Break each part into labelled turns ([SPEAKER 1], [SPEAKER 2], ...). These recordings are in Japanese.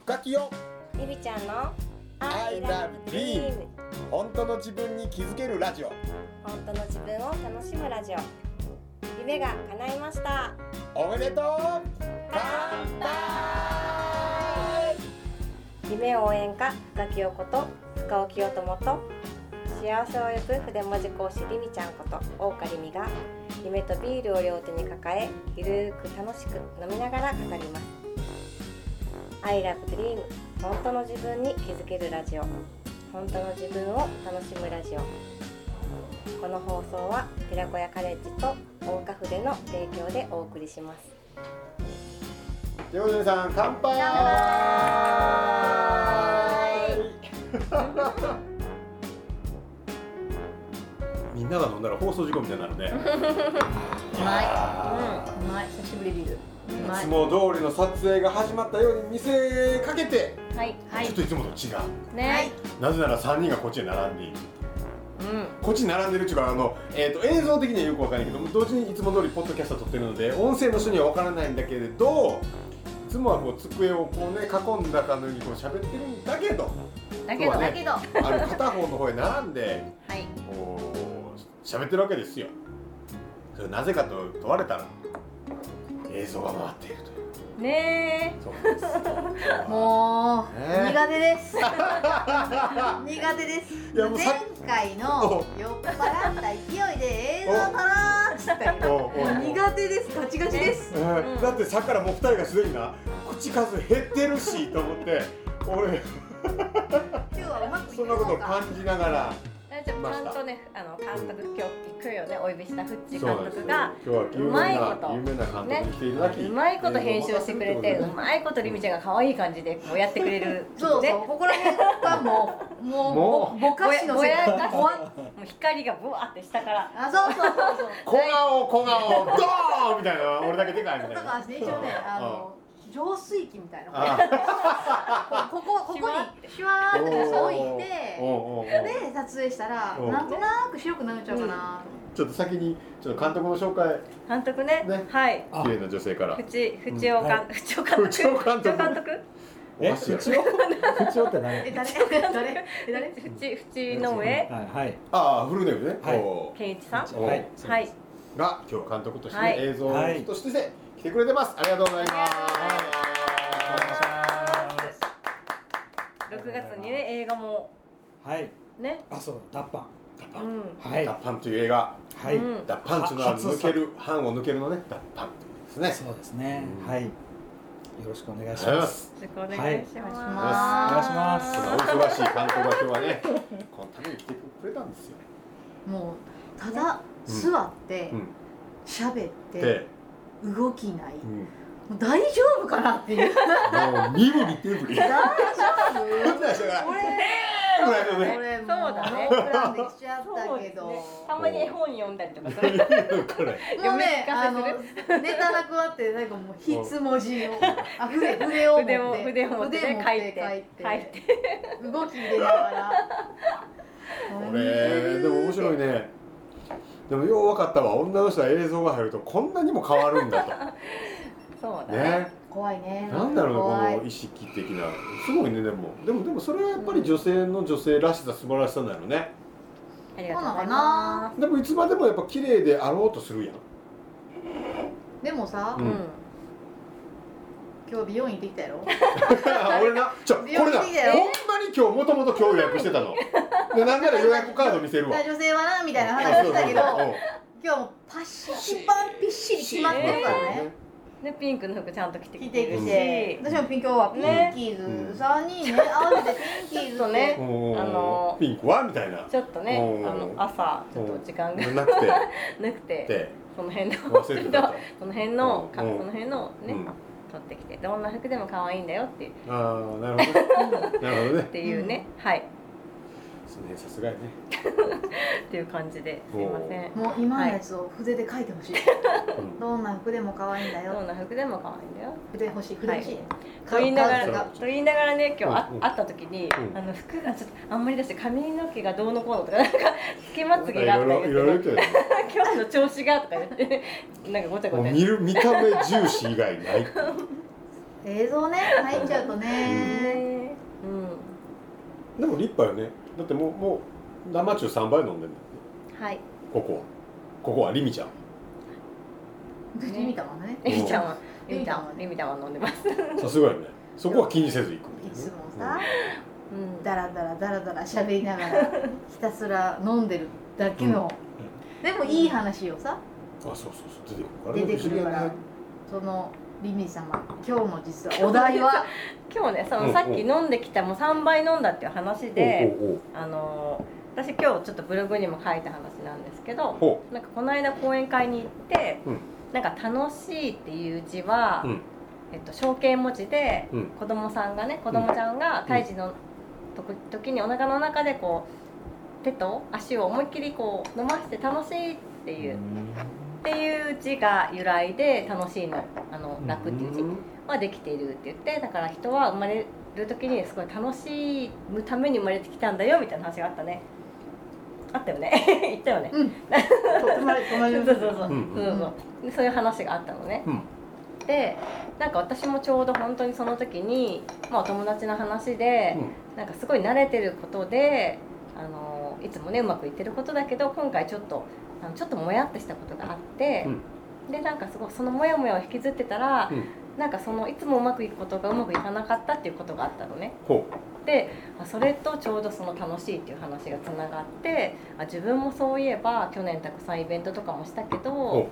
[SPEAKER 1] 深きよ
[SPEAKER 2] ゆりちゃんの
[SPEAKER 1] I love dream 本当の自分に気づけるラジオ
[SPEAKER 2] 本当の自分を楽しむラジオ夢が叶いました
[SPEAKER 1] おめでとう乾杯
[SPEAKER 2] 夢応援歌深木陽子と深尾清友と幸せを呼ぶ筆文字講師りみちゃんこと大岡りみが夢とビールを両手に抱えゆるーく楽しく飲みながら語ります I love dream 本当の自分に気づけるラジオ本当の自分を楽しむラジオこの放送は寺子屋カレッジと大岡筆の提供でお送りします
[SPEAKER 1] ジョージェさん乾杯
[SPEAKER 3] みんなが飲んだら放送事故みたいになるね
[SPEAKER 4] うまいうまい久しぶりビールう
[SPEAKER 1] い
[SPEAKER 4] ま
[SPEAKER 1] つ
[SPEAKER 4] い
[SPEAKER 1] も通りの撮影が始まったように見せかけて
[SPEAKER 4] はいは
[SPEAKER 3] ちょっといつもと違う
[SPEAKER 4] ねはい
[SPEAKER 3] なぜなら3人がこっちに並んでいる
[SPEAKER 4] うん
[SPEAKER 3] こっちに並んでるっていうかあの、えー、と映像的にはよくわからないけど同時にいつも通りポッドキャスト撮ってるので音声の人にはわからないんだけれどいつもはこう机をこうね囲んだかのようにこう喋ってるんだけど
[SPEAKER 4] だけど
[SPEAKER 3] そうだ
[SPEAKER 4] だ
[SPEAKER 3] ね
[SPEAKER 4] けどは
[SPEAKER 3] あの片方の方へ並んで
[SPEAKER 4] い
[SPEAKER 3] こう喋ってるわけですよそれなぜかと問われたら映像が回っているという
[SPEAKER 4] ね
[SPEAKER 3] そうなんです
[SPEAKER 4] え もう
[SPEAKER 3] ねえ
[SPEAKER 4] 苦手です苦手です
[SPEAKER 3] いやもうさ
[SPEAKER 4] 前回の酔っ払った勢いで映像撮ろうっつったけど
[SPEAKER 3] おうおうおう
[SPEAKER 4] 苦手ですガチガチです
[SPEAKER 3] うんだってさっきからもう2人がすでにな口数減ってるしと思って俺
[SPEAKER 4] 今日はうまくいく
[SPEAKER 3] そんなこと
[SPEAKER 4] の
[SPEAKER 3] を
[SPEAKER 4] か
[SPEAKER 3] 感じながら
[SPEAKER 2] ちゃんとね、あの監督、今日、来るよね、お呼びしたフッチ監督が。
[SPEAKER 3] 今日は有
[SPEAKER 2] うまいこ
[SPEAKER 3] 名
[SPEAKER 2] と
[SPEAKER 3] な有名な監督に来ていただき、
[SPEAKER 2] うまいこと編集してくれて、うまいことりみちゃんが可愛い感じで、こうやってくれる。
[SPEAKER 4] そう
[SPEAKER 2] ね
[SPEAKER 4] そうここら辺はもうも
[SPEAKER 3] も
[SPEAKER 4] うぼぼ
[SPEAKER 2] ぼ
[SPEAKER 4] かし
[SPEAKER 2] や
[SPEAKER 4] の
[SPEAKER 2] ぼ
[SPEAKER 4] 世
[SPEAKER 2] や
[SPEAKER 4] 界
[SPEAKER 2] かし。もう光がぶわって下から。
[SPEAKER 4] あそうそうそうそう
[SPEAKER 3] 小顔小顔ドーンみたいな俺だけでかいみたい
[SPEAKER 4] だ
[SPEAKER 3] な
[SPEAKER 4] から一応ね、あの浄水器みたいな
[SPEAKER 3] あ
[SPEAKER 4] ここここにシュワーって置いて
[SPEAKER 3] おうおうおう
[SPEAKER 4] で撮影したら
[SPEAKER 3] おう
[SPEAKER 4] なんとなく白くなっちゃうかな
[SPEAKER 3] ち
[SPEAKER 4] と思
[SPEAKER 3] ょっと先にちょっと監督の紹介
[SPEAKER 2] 監督ね
[SPEAKER 3] ね、
[SPEAKER 2] はい。
[SPEAKER 3] 綺麗な女性から
[SPEAKER 2] 淵、淵尾監、淵尾監 督。
[SPEAKER 3] 淵尾監督
[SPEAKER 2] 淵尾監督。
[SPEAKER 3] お
[SPEAKER 5] え、
[SPEAKER 3] 箸や
[SPEAKER 5] 口を 口をって
[SPEAKER 4] ってえ
[SPEAKER 5] 何
[SPEAKER 4] 誰 誰え誰
[SPEAKER 2] 淵、淵の上
[SPEAKER 5] はいはい
[SPEAKER 3] ああフルネームね、
[SPEAKER 5] はい
[SPEAKER 3] おう
[SPEAKER 2] 健一さん。
[SPEAKER 5] はい
[SPEAKER 2] はい。
[SPEAKER 3] が今日は監督として、
[SPEAKER 2] はい
[SPEAKER 3] 映像
[SPEAKER 5] はい
[SPEAKER 3] として来てくれてますありがとうございます
[SPEAKER 2] 六月にね、映画も。
[SPEAKER 5] はい
[SPEAKER 2] ね。
[SPEAKER 5] あそうだ脱パ
[SPEAKER 2] うん。
[SPEAKER 5] ンはい
[SPEAKER 3] ダッパンという映画
[SPEAKER 5] はい、
[SPEAKER 2] うん
[SPEAKER 3] ダッパンというのは抜ける班を抜けるのねダッパンということですね
[SPEAKER 5] そうですね、
[SPEAKER 3] うん
[SPEAKER 5] はいよろしくお願いし
[SPEAKER 3] ありがとうござい
[SPEAKER 5] ま
[SPEAKER 3] ますす
[SPEAKER 2] よろしくお願いし
[SPEAKER 3] お願いしますお忙しい
[SPEAKER 2] ま
[SPEAKER 5] お願いします
[SPEAKER 3] 監督が今日はねこのために来てくれたんですよ、
[SPEAKER 4] もうただ座って
[SPEAKER 3] うん、
[SPEAKER 4] 喋って
[SPEAKER 3] で、
[SPEAKER 4] 動きない
[SPEAKER 3] うん、
[SPEAKER 4] も
[SPEAKER 3] もう
[SPEAKER 4] う大丈夫かなっていう
[SPEAKER 3] 身振り手振り
[SPEAKER 4] 大
[SPEAKER 3] こ
[SPEAKER 4] 丈夫
[SPEAKER 3] んなん人が
[SPEAKER 4] これ
[SPEAKER 3] ぐらいのね
[SPEAKER 4] これもう
[SPEAKER 2] そうだね
[SPEAKER 4] ノープランで来ちゃっ
[SPEAKER 2] そ
[SPEAKER 4] た
[SPEAKER 2] うで
[SPEAKER 4] け
[SPEAKER 2] す
[SPEAKER 4] ど
[SPEAKER 2] ね。たまに絵本読んだりとかする。
[SPEAKER 3] これ
[SPEAKER 4] もうね、あの
[SPEAKER 2] 読
[SPEAKER 4] ネタなくなってなんかもう筆文字を、あ筆筆を持っ
[SPEAKER 2] 筆を
[SPEAKER 4] て
[SPEAKER 2] 筆を持ってね
[SPEAKER 4] 筆
[SPEAKER 2] 書いて
[SPEAKER 4] 書いて動き入れながら。
[SPEAKER 3] これでも面白い
[SPEAKER 4] ね。
[SPEAKER 3] ねでもよう分かったわ女の人は映像が入るとこんなにも変わるんだ
[SPEAKER 2] そう
[SPEAKER 3] と
[SPEAKER 2] だね。
[SPEAKER 3] ね
[SPEAKER 4] 怖いね。
[SPEAKER 3] なんだろうね
[SPEAKER 4] 怖い
[SPEAKER 3] この意識的なすごいねでもでもでもそれはやっぱり女性の女性らしさ素晴らしさなのね
[SPEAKER 2] ありがとうご
[SPEAKER 4] そう
[SPEAKER 2] ざ
[SPEAKER 4] なの
[SPEAKER 2] い
[SPEAKER 4] か
[SPEAKER 2] ま
[SPEAKER 4] な
[SPEAKER 3] でもいつまでもやっぱ綺麗であろうとするやん
[SPEAKER 4] でもさ
[SPEAKER 2] す。う
[SPEAKER 3] う、ん
[SPEAKER 2] ん。
[SPEAKER 4] 今日美容院行ってきたやろ。
[SPEAKER 3] 俺なちょこれな
[SPEAKER 4] 美
[SPEAKER 3] ほんま
[SPEAKER 4] 容室
[SPEAKER 3] に
[SPEAKER 4] だよ
[SPEAKER 3] 今日もともと今日予約してたのでなんなら予約カード見せるわ
[SPEAKER 4] 女性はなみたいな話したけど、
[SPEAKER 3] そうそうそう
[SPEAKER 4] 今日もパッシ一番ピッシリ決まってるからね。
[SPEAKER 2] ね、ピンクの服ちゃんと着て
[SPEAKER 4] 聞い
[SPEAKER 2] き
[SPEAKER 4] て
[SPEAKER 2] て
[SPEAKER 4] い
[SPEAKER 2] る
[SPEAKER 4] く
[SPEAKER 2] し、
[SPEAKER 4] し、私もピンクはピンキーズ三人ね合わせてピンキーズ
[SPEAKER 2] ちょっとね
[SPEAKER 3] うんおー
[SPEAKER 2] あのー
[SPEAKER 3] ピンクはみたいな
[SPEAKER 2] ちょっとね、
[SPEAKER 3] うん
[SPEAKER 2] あの朝ちょっと時間が
[SPEAKER 3] なくて
[SPEAKER 2] なくて、
[SPEAKER 3] で
[SPEAKER 2] その辺の
[SPEAKER 3] 忘れて たと
[SPEAKER 2] その辺の、
[SPEAKER 3] うん
[SPEAKER 2] かその辺のね、
[SPEAKER 3] うん
[SPEAKER 2] 取ってきて、どんな服でも可愛いんだよっていう
[SPEAKER 3] ああなるほどなるほどね
[SPEAKER 2] っていうね、はい、
[SPEAKER 3] その辺さすがやね
[SPEAKER 2] っていう感じですいません。
[SPEAKER 4] もう今のやつを筆で書いてほしい。
[SPEAKER 3] うん
[SPEAKER 4] どんな服でも可愛いんだ
[SPEAKER 2] どん
[SPEAKER 4] よ。
[SPEAKER 2] な服でも可愛いんだよ。
[SPEAKER 4] 筆欲しい。筆欲しい。
[SPEAKER 2] と言いなが
[SPEAKER 3] そう
[SPEAKER 2] ら、と言いながらね、今日あ
[SPEAKER 3] うんうん
[SPEAKER 2] 会った時に、
[SPEAKER 3] うん
[SPEAKER 2] あの服がちょっとあんまりだし、髪の毛がどうのこうのとか、なんかつけまつげが
[SPEAKER 3] い
[SPEAKER 2] と
[SPEAKER 3] ろ
[SPEAKER 2] か
[SPEAKER 3] いろい
[SPEAKER 2] 言っ
[SPEAKER 3] ろいろ言
[SPEAKER 2] て
[SPEAKER 3] ってたよね
[SPEAKER 2] 今日の調 子がとか言ってなんかごちゃご
[SPEAKER 3] もう
[SPEAKER 2] ちゃ
[SPEAKER 3] 見る見た目重視以外ない
[SPEAKER 4] 映像ね入っちゃうとね
[SPEAKER 6] うん
[SPEAKER 3] でも立派よねだってもうもう生中3杯飲んでるんだよね
[SPEAKER 4] はい
[SPEAKER 3] ここはここはリミちゃん
[SPEAKER 4] リミタマンだね
[SPEAKER 3] うん
[SPEAKER 6] リミちゃんは
[SPEAKER 4] リ
[SPEAKER 6] リ
[SPEAKER 4] ミ
[SPEAKER 6] ミ
[SPEAKER 4] ち
[SPEAKER 6] ち
[SPEAKER 4] ゃ
[SPEAKER 6] ゃ
[SPEAKER 4] ん
[SPEAKER 6] ん
[SPEAKER 4] は
[SPEAKER 6] は
[SPEAKER 4] ね
[SPEAKER 6] リミちゃんは飲んでます
[SPEAKER 3] さすがよねそこは気にせず行く
[SPEAKER 4] い
[SPEAKER 3] みたい
[SPEAKER 4] つも
[SPEAKER 3] な
[SPEAKER 4] さ
[SPEAKER 3] ね
[SPEAKER 6] うん
[SPEAKER 4] ダラダラダラダラ喋りなが らひたすら飲んでるだけの、でもいい話をさ
[SPEAKER 3] うんあそうそうそう出てくるから
[SPEAKER 4] 出
[SPEAKER 3] ね
[SPEAKER 4] てくるか
[SPEAKER 3] 不思議
[SPEAKER 4] ら
[SPEAKER 3] だね
[SPEAKER 4] そのリミ様今日の実 はお題は
[SPEAKER 6] 今日ねそ
[SPEAKER 3] うんう
[SPEAKER 6] の
[SPEAKER 3] ん
[SPEAKER 6] さっき飲んできたもう3杯飲んだっていう話で、
[SPEAKER 3] ほう
[SPEAKER 6] あのー私今日ちょっとブログにも書いた話なんですけど
[SPEAKER 3] ほ
[SPEAKER 6] なんかこの間講演会に行って、
[SPEAKER 3] うん
[SPEAKER 6] なんか楽しいっていう字は、
[SPEAKER 3] うん
[SPEAKER 6] えっと、象形文字で、
[SPEAKER 3] うん
[SPEAKER 6] 子供さんがね子供ちゃんが胎児のとく時にお腹の中でこう手と足を思いっきりこう伸ばして楽しいって
[SPEAKER 3] う
[SPEAKER 6] いう、っていう字が由来で楽しいのあの楽っていう字
[SPEAKER 3] ん
[SPEAKER 6] はできているって言ってだから人は生まれる時にすごい楽しむために生まれてきたんだよみたいな話があったねあったよね 言ったよね
[SPEAKER 4] うん 隣隣
[SPEAKER 6] そ
[SPEAKER 4] の
[SPEAKER 6] うそうそうそ
[SPEAKER 3] う
[SPEAKER 6] う
[SPEAKER 3] ん
[SPEAKER 6] そうそうでそういう話があったのね
[SPEAKER 3] うん
[SPEAKER 6] でなんか私もちょうど本当にその時に、まあ、お友達の話で、なんかすごい慣れてることであのいつもねうまくいってることだけど今回ちょっとあのちょっともやってしたことがあって、でなんかすごいそのモヤモヤを引きずってたら、
[SPEAKER 3] うん
[SPEAKER 6] なんかそのいつもうまくいくことがうまくいかなかったっていうことがあったのね
[SPEAKER 3] ほ
[SPEAKER 6] であそれとちょうどその楽しいっていう話がつながってあ自分もそういえば去年たくさんイベントとかもしたけど
[SPEAKER 3] お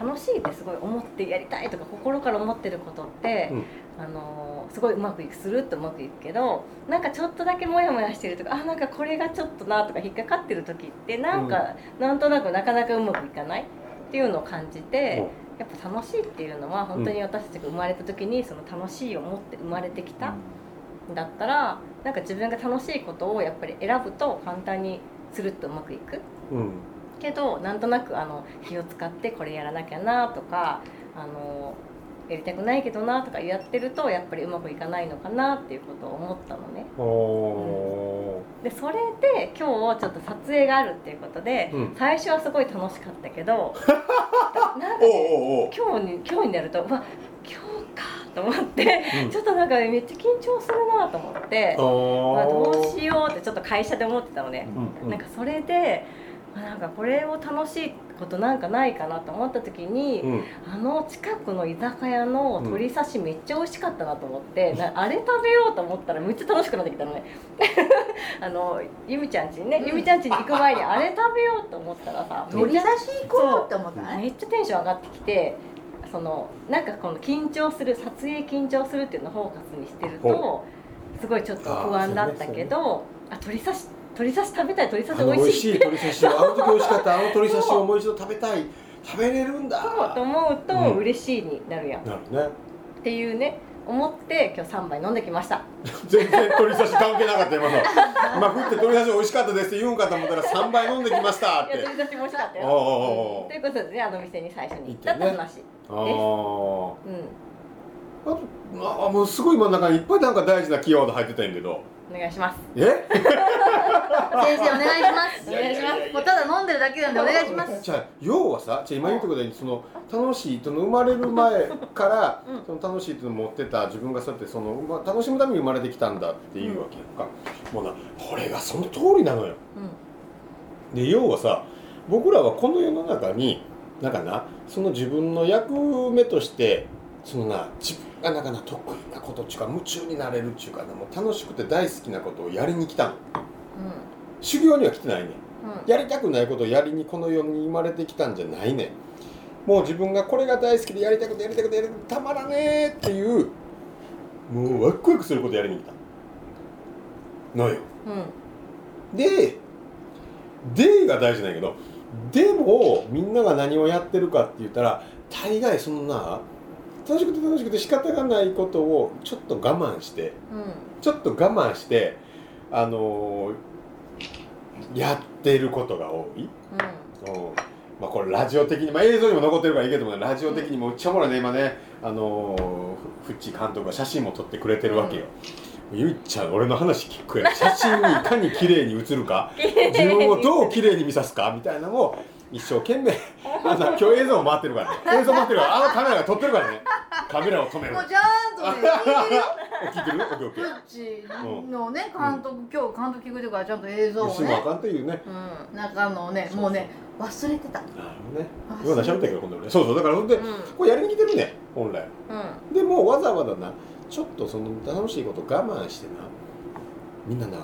[SPEAKER 6] 楽しいってすごい思ってやりたいとか心から思ってることって、
[SPEAKER 3] うん
[SPEAKER 6] あのーすごいうまくいくするっとうまくいくけどなんかちょっとだけモヤモヤしてるとかあなんかこれがちょっとなとか引っかかってる時ってなんか、なんとなくなかなかうまくいかないっていうのを感じ
[SPEAKER 3] う
[SPEAKER 6] て
[SPEAKER 3] ほ。
[SPEAKER 6] やっぱ楽しいっていうのは本当に私たちが生まれた時にその楽しいを持って生まれてきただったらなんか自分が楽しいことをやっぱり選ぶと簡単につるっとうまくいく
[SPEAKER 3] ううん
[SPEAKER 6] けどなんとなくあの気を使ってこれやらなきゃなとかあのやりたくないけどなとかやってるとやっぱりうまくいかないのかなっていうことを思ったのね
[SPEAKER 3] ほ
[SPEAKER 6] でそれで今日ちょっと撮影があるっていうことで、
[SPEAKER 3] うん
[SPEAKER 6] 最初はすごい楽しかったけ どなん
[SPEAKER 3] う
[SPEAKER 6] か
[SPEAKER 3] おう
[SPEAKER 6] ね
[SPEAKER 3] おうおう
[SPEAKER 6] 今日に今日になるとうわ今日かと思って
[SPEAKER 3] うん
[SPEAKER 6] ちょっとなんかめっちゃ緊張するなと思って
[SPEAKER 3] あ
[SPEAKER 6] まあ、ど
[SPEAKER 3] ー
[SPEAKER 6] うしようってちょっと会社で思ってたのね、
[SPEAKER 3] うんうん
[SPEAKER 6] なんかそれであなんかこれを楽しいことなんかないかなと思った時に、
[SPEAKER 3] うん
[SPEAKER 6] あの近くの居酒屋の鶏刺しめっちゃ美味しかったなと思って、なあれ食べようと思ったらめっちゃ楽しくなってきたのね あのゆみちゃんちにね、ゆみちゃんちに行く前にあれ食べようと思ったらさめっ
[SPEAKER 4] 鳥
[SPEAKER 6] ちゃ
[SPEAKER 4] 刺し行こうって思ったね
[SPEAKER 6] めっちゃテンション上がってきてそのなんかこの緊張する撮影緊張するっていうのをフォーカスにしてるとすごいちょっと不安だったけどあ鳥刺し鳥刺し食べたい鳥刺
[SPEAKER 3] あ
[SPEAKER 6] し
[SPEAKER 3] の
[SPEAKER 6] 美
[SPEAKER 3] 美
[SPEAKER 6] 味
[SPEAKER 3] 味
[SPEAKER 6] しい
[SPEAKER 3] しい鳥刺しをあの時美味しかったあの鳥刺しをもう一度食べたい食べれるんだ
[SPEAKER 6] そうと思うと嬉しいになるやん、っ
[SPEAKER 3] なるね
[SPEAKER 6] ていうね思って今日3杯飲んできました
[SPEAKER 3] 全然鳥刺し関係なかった今の まあ食って鳥刺し美味しかったですって言うんかと思ったら3杯飲んできましたっ
[SPEAKER 6] いや
[SPEAKER 3] て
[SPEAKER 6] 鳥刺しも美味しかった
[SPEAKER 3] お
[SPEAKER 6] よ
[SPEAKER 3] お
[SPEAKER 6] ということでねあの店に最初に行ったって
[SPEAKER 3] 行
[SPEAKER 6] 話、
[SPEAKER 3] おお
[SPEAKER 6] うん
[SPEAKER 3] あとああもうすごい今の中にいっぱいなんか大事なキーワード入ってたんやけど
[SPEAKER 6] お願いします
[SPEAKER 3] え
[SPEAKER 4] 先生お願いします
[SPEAKER 6] お願いします
[SPEAKER 4] もうただ飲んでるだけなんでお願いします
[SPEAKER 3] じゃあ要はさじゃあ今言うとこでその楽しいとの生まれる前から、
[SPEAKER 6] うん
[SPEAKER 3] その楽しいとの持ってた自分がそうやってその、まあ、楽しむために生まれてきたんだっていうわけやんか、もうなこれがその通りなのよ
[SPEAKER 6] う
[SPEAKER 3] で要はさ僕らはこの世の中になんかなその自分の役目としてそのな自分がなんかな得意なことっちゅうか夢中になれるっちゅうかなもう楽しくて大好きなことをやりに来たの
[SPEAKER 6] ん
[SPEAKER 3] 修行には来てないねん
[SPEAKER 6] うんうん
[SPEAKER 3] やりたくないことをやりにこの世に生まれてきたんじゃないねんもう自分がこれが大好きでやりたくてやりたくてやりたくてたまらねえっていうもうワクワクすることやりに来たのよ
[SPEAKER 6] うん
[SPEAKER 3] で「で」が大事なんやけどでもみんなが何をやってるかって言ったら大概そのな楽しくて楽しくて仕方がないことをちょっと我慢して
[SPEAKER 6] うん
[SPEAKER 3] ちょっと我慢してあのーやってることが多い。うんまあ、これラジオ的に、まあ、映像にも残ってるからいいけどもねラジオ的にもうっちゃおもろいね今ねあのーふフッチー監督が写真も撮ってくれてるわけよ、ゆいちゃん俺の話聞くやん写真にいかに綺麗に写る か自分をどう綺麗に見さすかみたいなのを一生懸 命 あの今日映像も回ってるからね映像回ってるからあのカメラが撮ってるからねカメラを止める
[SPEAKER 4] もうちゃんとね聞いてるよ
[SPEAKER 3] 聞いてるオッケーオッケ
[SPEAKER 4] プ
[SPEAKER 3] ー
[SPEAKER 4] ッチのね監督、今日監督聞くとからちゃんと映像を
[SPEAKER 3] 吉村あ
[SPEAKER 4] ね、
[SPEAKER 3] かんっていうね
[SPEAKER 4] うん、中のねもうね忘れてた
[SPEAKER 3] なるほどね
[SPEAKER 4] あ
[SPEAKER 3] 今喋ったけど今度ねそうそうだからほんでこれやりに来てるね本来
[SPEAKER 6] うんうん
[SPEAKER 3] でもわざわざなちょっとその楽しいこと我慢してなみんなな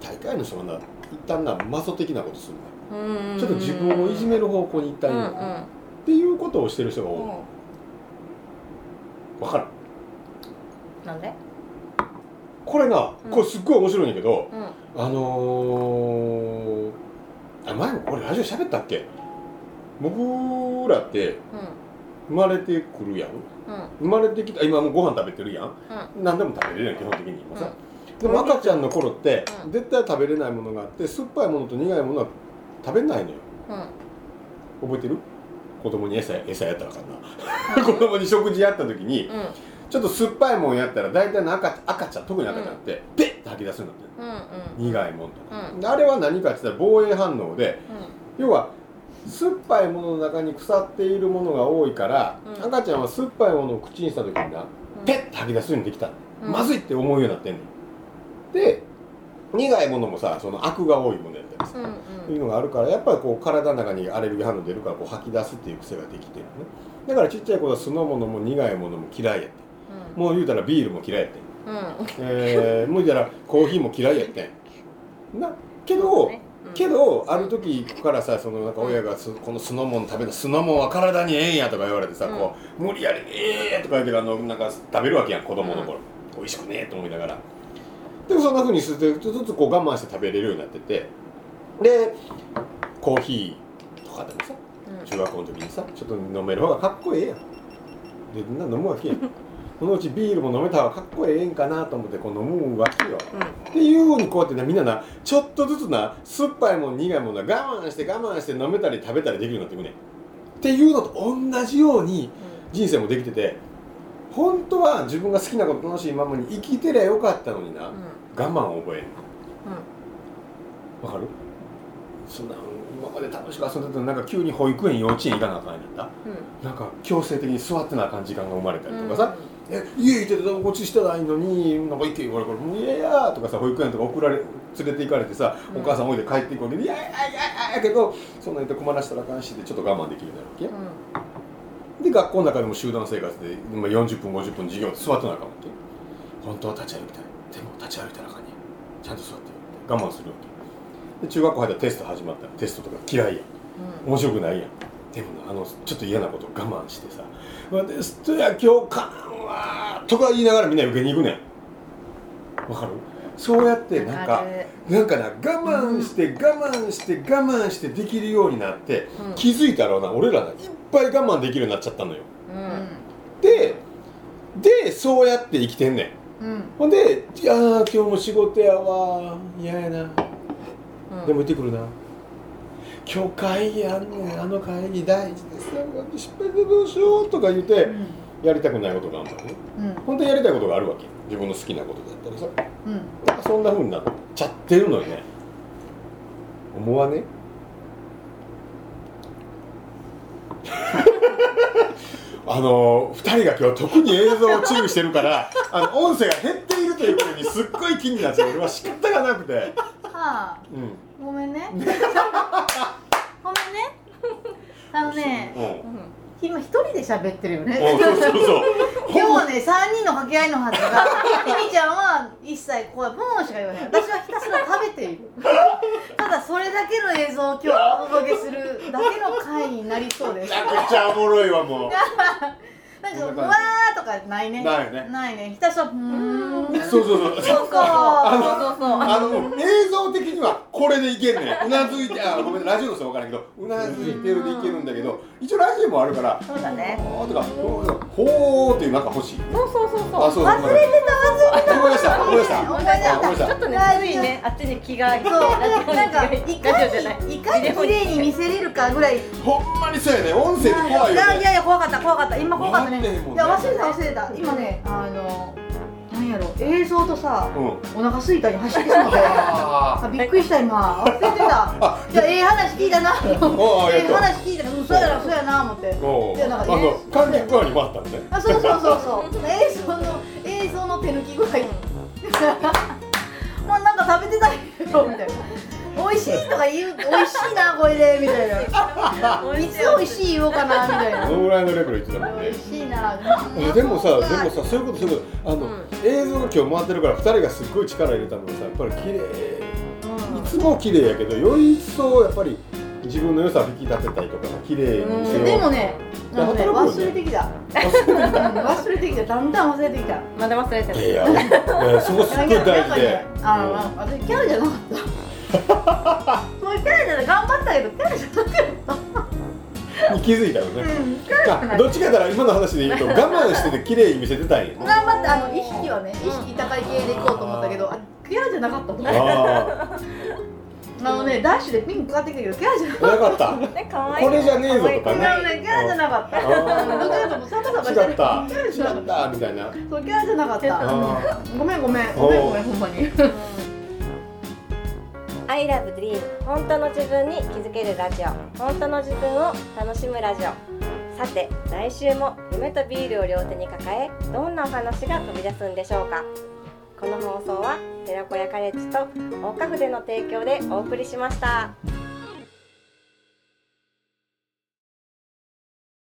[SPEAKER 3] 大会の人はな一旦なマソ的なことするな
[SPEAKER 6] うん
[SPEAKER 3] ちょっと自分をいじめる方向に行った
[SPEAKER 6] うんんう
[SPEAKER 3] や、
[SPEAKER 6] ん
[SPEAKER 3] っていうことをしてる人が
[SPEAKER 6] う
[SPEAKER 3] 多
[SPEAKER 6] ん
[SPEAKER 3] いわかる
[SPEAKER 6] なんで
[SPEAKER 3] これな
[SPEAKER 6] うん
[SPEAKER 3] これすっごい面白いんやけど、
[SPEAKER 6] うん
[SPEAKER 3] あのー、あ前もこれラジオ喋ったっけ僕らって生まれてくるやん
[SPEAKER 6] うんうん
[SPEAKER 3] 生まれてきた今もうご飯食べてるやん、何でも食べれるやん基本的に今さ、でも
[SPEAKER 6] うん
[SPEAKER 3] 赤ちゃんの頃って
[SPEAKER 6] うん
[SPEAKER 3] 絶対食べれないものがあって酸っぱいものと苦いものは食べないのよ
[SPEAKER 6] うん
[SPEAKER 3] 覚えてる子供に餌や餌やったらあかんな 子供に食事やった時に
[SPEAKER 6] うん
[SPEAKER 3] ちょっと酸っぱいもんやったら大体の赤赤ちゃん特に赤ちゃんってペッて吐き出すんだって
[SPEAKER 6] うんうん
[SPEAKER 3] 苦いもんとか、
[SPEAKER 6] う
[SPEAKER 3] あれは何かって言ったら防衛反応で要は酸っぱいものの中に腐っているものが多いから、
[SPEAKER 6] うん
[SPEAKER 3] 赤ちゃんは酸っぱいものを口にした時にな
[SPEAKER 6] うん
[SPEAKER 3] ペッて吐き出すようにできた、
[SPEAKER 6] うん
[SPEAKER 3] まずいって思うようになってんねんで苦いものもさその悪が多いものやったりさ、
[SPEAKER 6] うんう
[SPEAKER 3] い
[SPEAKER 6] ん
[SPEAKER 3] うのがあるからやっぱりこう体の中にアレルギー反応出るからこう吐き出すっていう癖ができてるねだからちっちゃい子は酢の物も苦いものも嫌いやってんもう言うたらビールも嫌いやってん
[SPEAKER 6] うんうん
[SPEAKER 3] えー、もう言うたらコーヒーも嫌いやってんなけど、
[SPEAKER 6] うん
[SPEAKER 3] けどある時からさそのなんか親がすこの酢の物食べた酢の物は体にええんやとか言われてさ、
[SPEAKER 6] うん
[SPEAKER 3] こう無理やりええとか言ってあのなんか食べるわけやん子供の頃、美味しくねえと思いながらでもそんなふうにするとちょっとずつこう我慢して食べれるようになっててでコーヒーとかでもさ
[SPEAKER 6] うん
[SPEAKER 3] 中学校の時にさちょっと飲める方がかっこええやんでみんな飲むわけやんそのうちビールも飲めた方がかっこええんかなと思ってこう飲むわけよっていうようにこうやってねみんななちょっとずつな酸っぱいもん苦いもんな我慢して我慢して飲めたり食べたりできるようになってくねんっていうのと同じように人生もできてて本当は自分が好きなこと楽しいままに生きてりゃよかったのにな、
[SPEAKER 6] うんうん
[SPEAKER 3] 我慢を覚えるわかるそんな今まで楽しく遊んでたのになんか急に保育園幼稚園行かなあかんようになっ
[SPEAKER 6] うん
[SPEAKER 3] たなんか強制的に座ってなあかん時間が生まれたり
[SPEAKER 6] う
[SPEAKER 3] と
[SPEAKER 6] ん
[SPEAKER 3] かさ、え家行ってたらこっちしたらいいのになんか行け言われるから「もう嫌や」とかさ保育園とか送られ連れて行かれてさ、
[SPEAKER 6] うん
[SPEAKER 3] お母さん置いて帰っていくわけで「いやいやいやいや」けどそんなに困らせたらあかんしでちょっと我慢できるようになるわけや
[SPEAKER 6] う、ん
[SPEAKER 3] で学校の中でも集団生活でまあ40分50分授業座ってなあかんわけ本当は立ち歩きたいでも立ち歩いたらあかんねんちゃんと座ってよ我慢するわけで中学校入ったらテスト始まったらテストとか嫌いやん面白くないやんでもなあのちょっと嫌なこと我慢してさ「まあ、テストや今日かなんわ」とか言いながらみんな受けに行くねんわかるそうやってなんかなんかな我慢して我慢して我慢してできるようになって、
[SPEAKER 6] うん
[SPEAKER 3] 気づいたらな俺らないっぱい我慢できるようになっちゃったのよ
[SPEAKER 6] うん
[SPEAKER 4] うん
[SPEAKER 3] ででそうやって生きてんねん
[SPEAKER 4] うん
[SPEAKER 3] ほんで「いやー今日も仕事やわ嫌やな」
[SPEAKER 6] うん
[SPEAKER 3] でも行ってくるな今日会議あんねんあの会議大事ですよ失敗でどうしようとか言ってやりたくないことがあるんだよね
[SPEAKER 4] うん
[SPEAKER 3] 本当にやりたいことがあるわけ自分の好きなことだったりさ
[SPEAKER 4] うん
[SPEAKER 3] なんかそんな風になっちゃってるのよね思わね あの2人が今日特に映像を注意してるからあの音声が減っているということにすっごい気になって俺は仕方がなくて、
[SPEAKER 4] はあ
[SPEAKER 3] うん、
[SPEAKER 4] ごめん ねごめんねあのね
[SPEAKER 3] うん
[SPEAKER 6] うん
[SPEAKER 4] 今一人で喋ってるよね
[SPEAKER 3] おそうそうそう
[SPEAKER 4] 今日はね三人の掛け合いのはずがひみちゃんは一切こうポンしか言わない私はひたすら食べているただそれだけの映像を今日お届けするだけの回になりそうで
[SPEAKER 3] め
[SPEAKER 4] す
[SPEAKER 3] ちゃくちゃおもろいわもう
[SPEAKER 4] なんか
[SPEAKER 3] こん
[SPEAKER 4] う
[SPEAKER 3] な感じ
[SPEAKER 4] わーとかないね
[SPEAKER 3] ないね
[SPEAKER 4] ないねひたすらうーん
[SPEAKER 3] そうそうそう
[SPEAKER 6] そうそうそうそうそう
[SPEAKER 3] あの映像的にはこれでいけんねんうなずいてあごめんラジオの人は分からんけどうなずいてるでいけるんだけど一応ラジオもあるから
[SPEAKER 6] そうだね
[SPEAKER 3] ほーとかほーほーっていうなんか欲しい
[SPEAKER 6] そうそうそう
[SPEAKER 3] あ
[SPEAKER 6] そ
[SPEAKER 3] そううそう
[SPEAKER 4] 忘れてた忘れて
[SPEAKER 3] 思い出した思い出した
[SPEAKER 4] 思い出した
[SPEAKER 3] あ思い出し
[SPEAKER 6] ちょ
[SPEAKER 3] た
[SPEAKER 6] っとねついねあっちに気が
[SPEAKER 4] たそうなんかいか
[SPEAKER 6] ラ
[SPEAKER 4] に
[SPEAKER 6] ジオじゃない
[SPEAKER 4] いかに綺麗に見せれるかぐらい
[SPEAKER 3] ほんまにそうやね音声で怖いよ
[SPEAKER 4] い
[SPEAKER 3] ね
[SPEAKER 4] やいや怖かった怖かった今怖かったね
[SPEAKER 3] なんてもんね
[SPEAKER 4] いや忘れてた忘れてた今ねあのなんやろ映像とさ
[SPEAKER 3] うん
[SPEAKER 4] お腹すいたに走ってしまった
[SPEAKER 3] あ
[SPEAKER 4] あびっくりした今忘れてたじゃあええ話聞いたな
[SPEAKER 3] おー
[SPEAKER 4] え
[SPEAKER 3] や
[SPEAKER 4] え
[SPEAKER 3] った
[SPEAKER 4] 話聞いたなうんそうやなそうやな思って
[SPEAKER 3] ーお
[SPEAKER 4] いやなん
[SPEAKER 3] ー
[SPEAKER 4] か
[SPEAKER 3] あの韓国側にもあったんね
[SPEAKER 4] あそうそうそうそう映像の映 よみたいな美味しいとか言う美味しいなこれでみたいないつ 美味しい言おうかなみたい
[SPEAKER 3] そのぐらいのレベル言ってたも
[SPEAKER 4] なん美
[SPEAKER 3] ね
[SPEAKER 4] 味しいな
[SPEAKER 3] でもさ、でもさ、そういうこと、そういうこと、あの、映像が今日回ってるから、二人がすっごい力入れたのがさ、やっぱり綺麗。いつも綺麗やけど、より一層やっぱり、自分の良さを引き立てたりとか、綺麗にし
[SPEAKER 4] うん
[SPEAKER 3] よう。
[SPEAKER 4] でもねあの
[SPEAKER 3] 働く
[SPEAKER 4] ね
[SPEAKER 3] よね
[SPEAKER 4] 忘れてきた
[SPEAKER 3] あ
[SPEAKER 4] うん忘れてきただんだん忘れてきた
[SPEAKER 2] まだ忘れてないい
[SPEAKER 3] やいや、いやそこすっごい大
[SPEAKER 4] なんか
[SPEAKER 3] 事で
[SPEAKER 4] ね。あのなんか私キャラじゃな かった。もうキャラじゃない頑張ったけどキャラじゃなかった。
[SPEAKER 3] に気づいたよね。
[SPEAKER 4] うん
[SPEAKER 3] あどっちかやったら、今の話で言うと、我慢してて、綺麗に見せてたんやね。
[SPEAKER 4] 頑張ってあの意識はね意識高い系でいこうと思ったけど、あキャラじゃなかったもん。あ
[SPEAKER 3] あ
[SPEAKER 4] のねダッシュでピンク買ってきたけどキャラじゃなかっ
[SPEAKER 3] あ、なかった。
[SPEAKER 2] ね可愛い
[SPEAKER 3] これじゃねえぞとか
[SPEAKER 4] た。
[SPEAKER 3] ね。
[SPEAKER 4] あのねキャラじゃなかった。
[SPEAKER 3] あ
[SPEAKER 4] どっちかともうサバサバ
[SPEAKER 3] あ、
[SPEAKER 4] し
[SPEAKER 3] 違
[SPEAKER 4] てる
[SPEAKER 3] っ。た。
[SPEAKER 4] キャラじゃなか
[SPEAKER 3] 違っ
[SPEAKER 4] った。
[SPEAKER 3] たみたいな。
[SPEAKER 4] そうキャラじゃなかった。
[SPEAKER 3] ああ
[SPEAKER 4] ごめんごめんごめんごめんほんまに。
[SPEAKER 2] うん「ILOVEDREAM 本当の自分に気づけるラジオ」「本当の自分を楽しむラジオ」さて来週も夢とビールを両手に抱えどんなお話が飛び出すんでしょうかこの放送は寺子屋カレッジと大花筆の提供でお送りしました。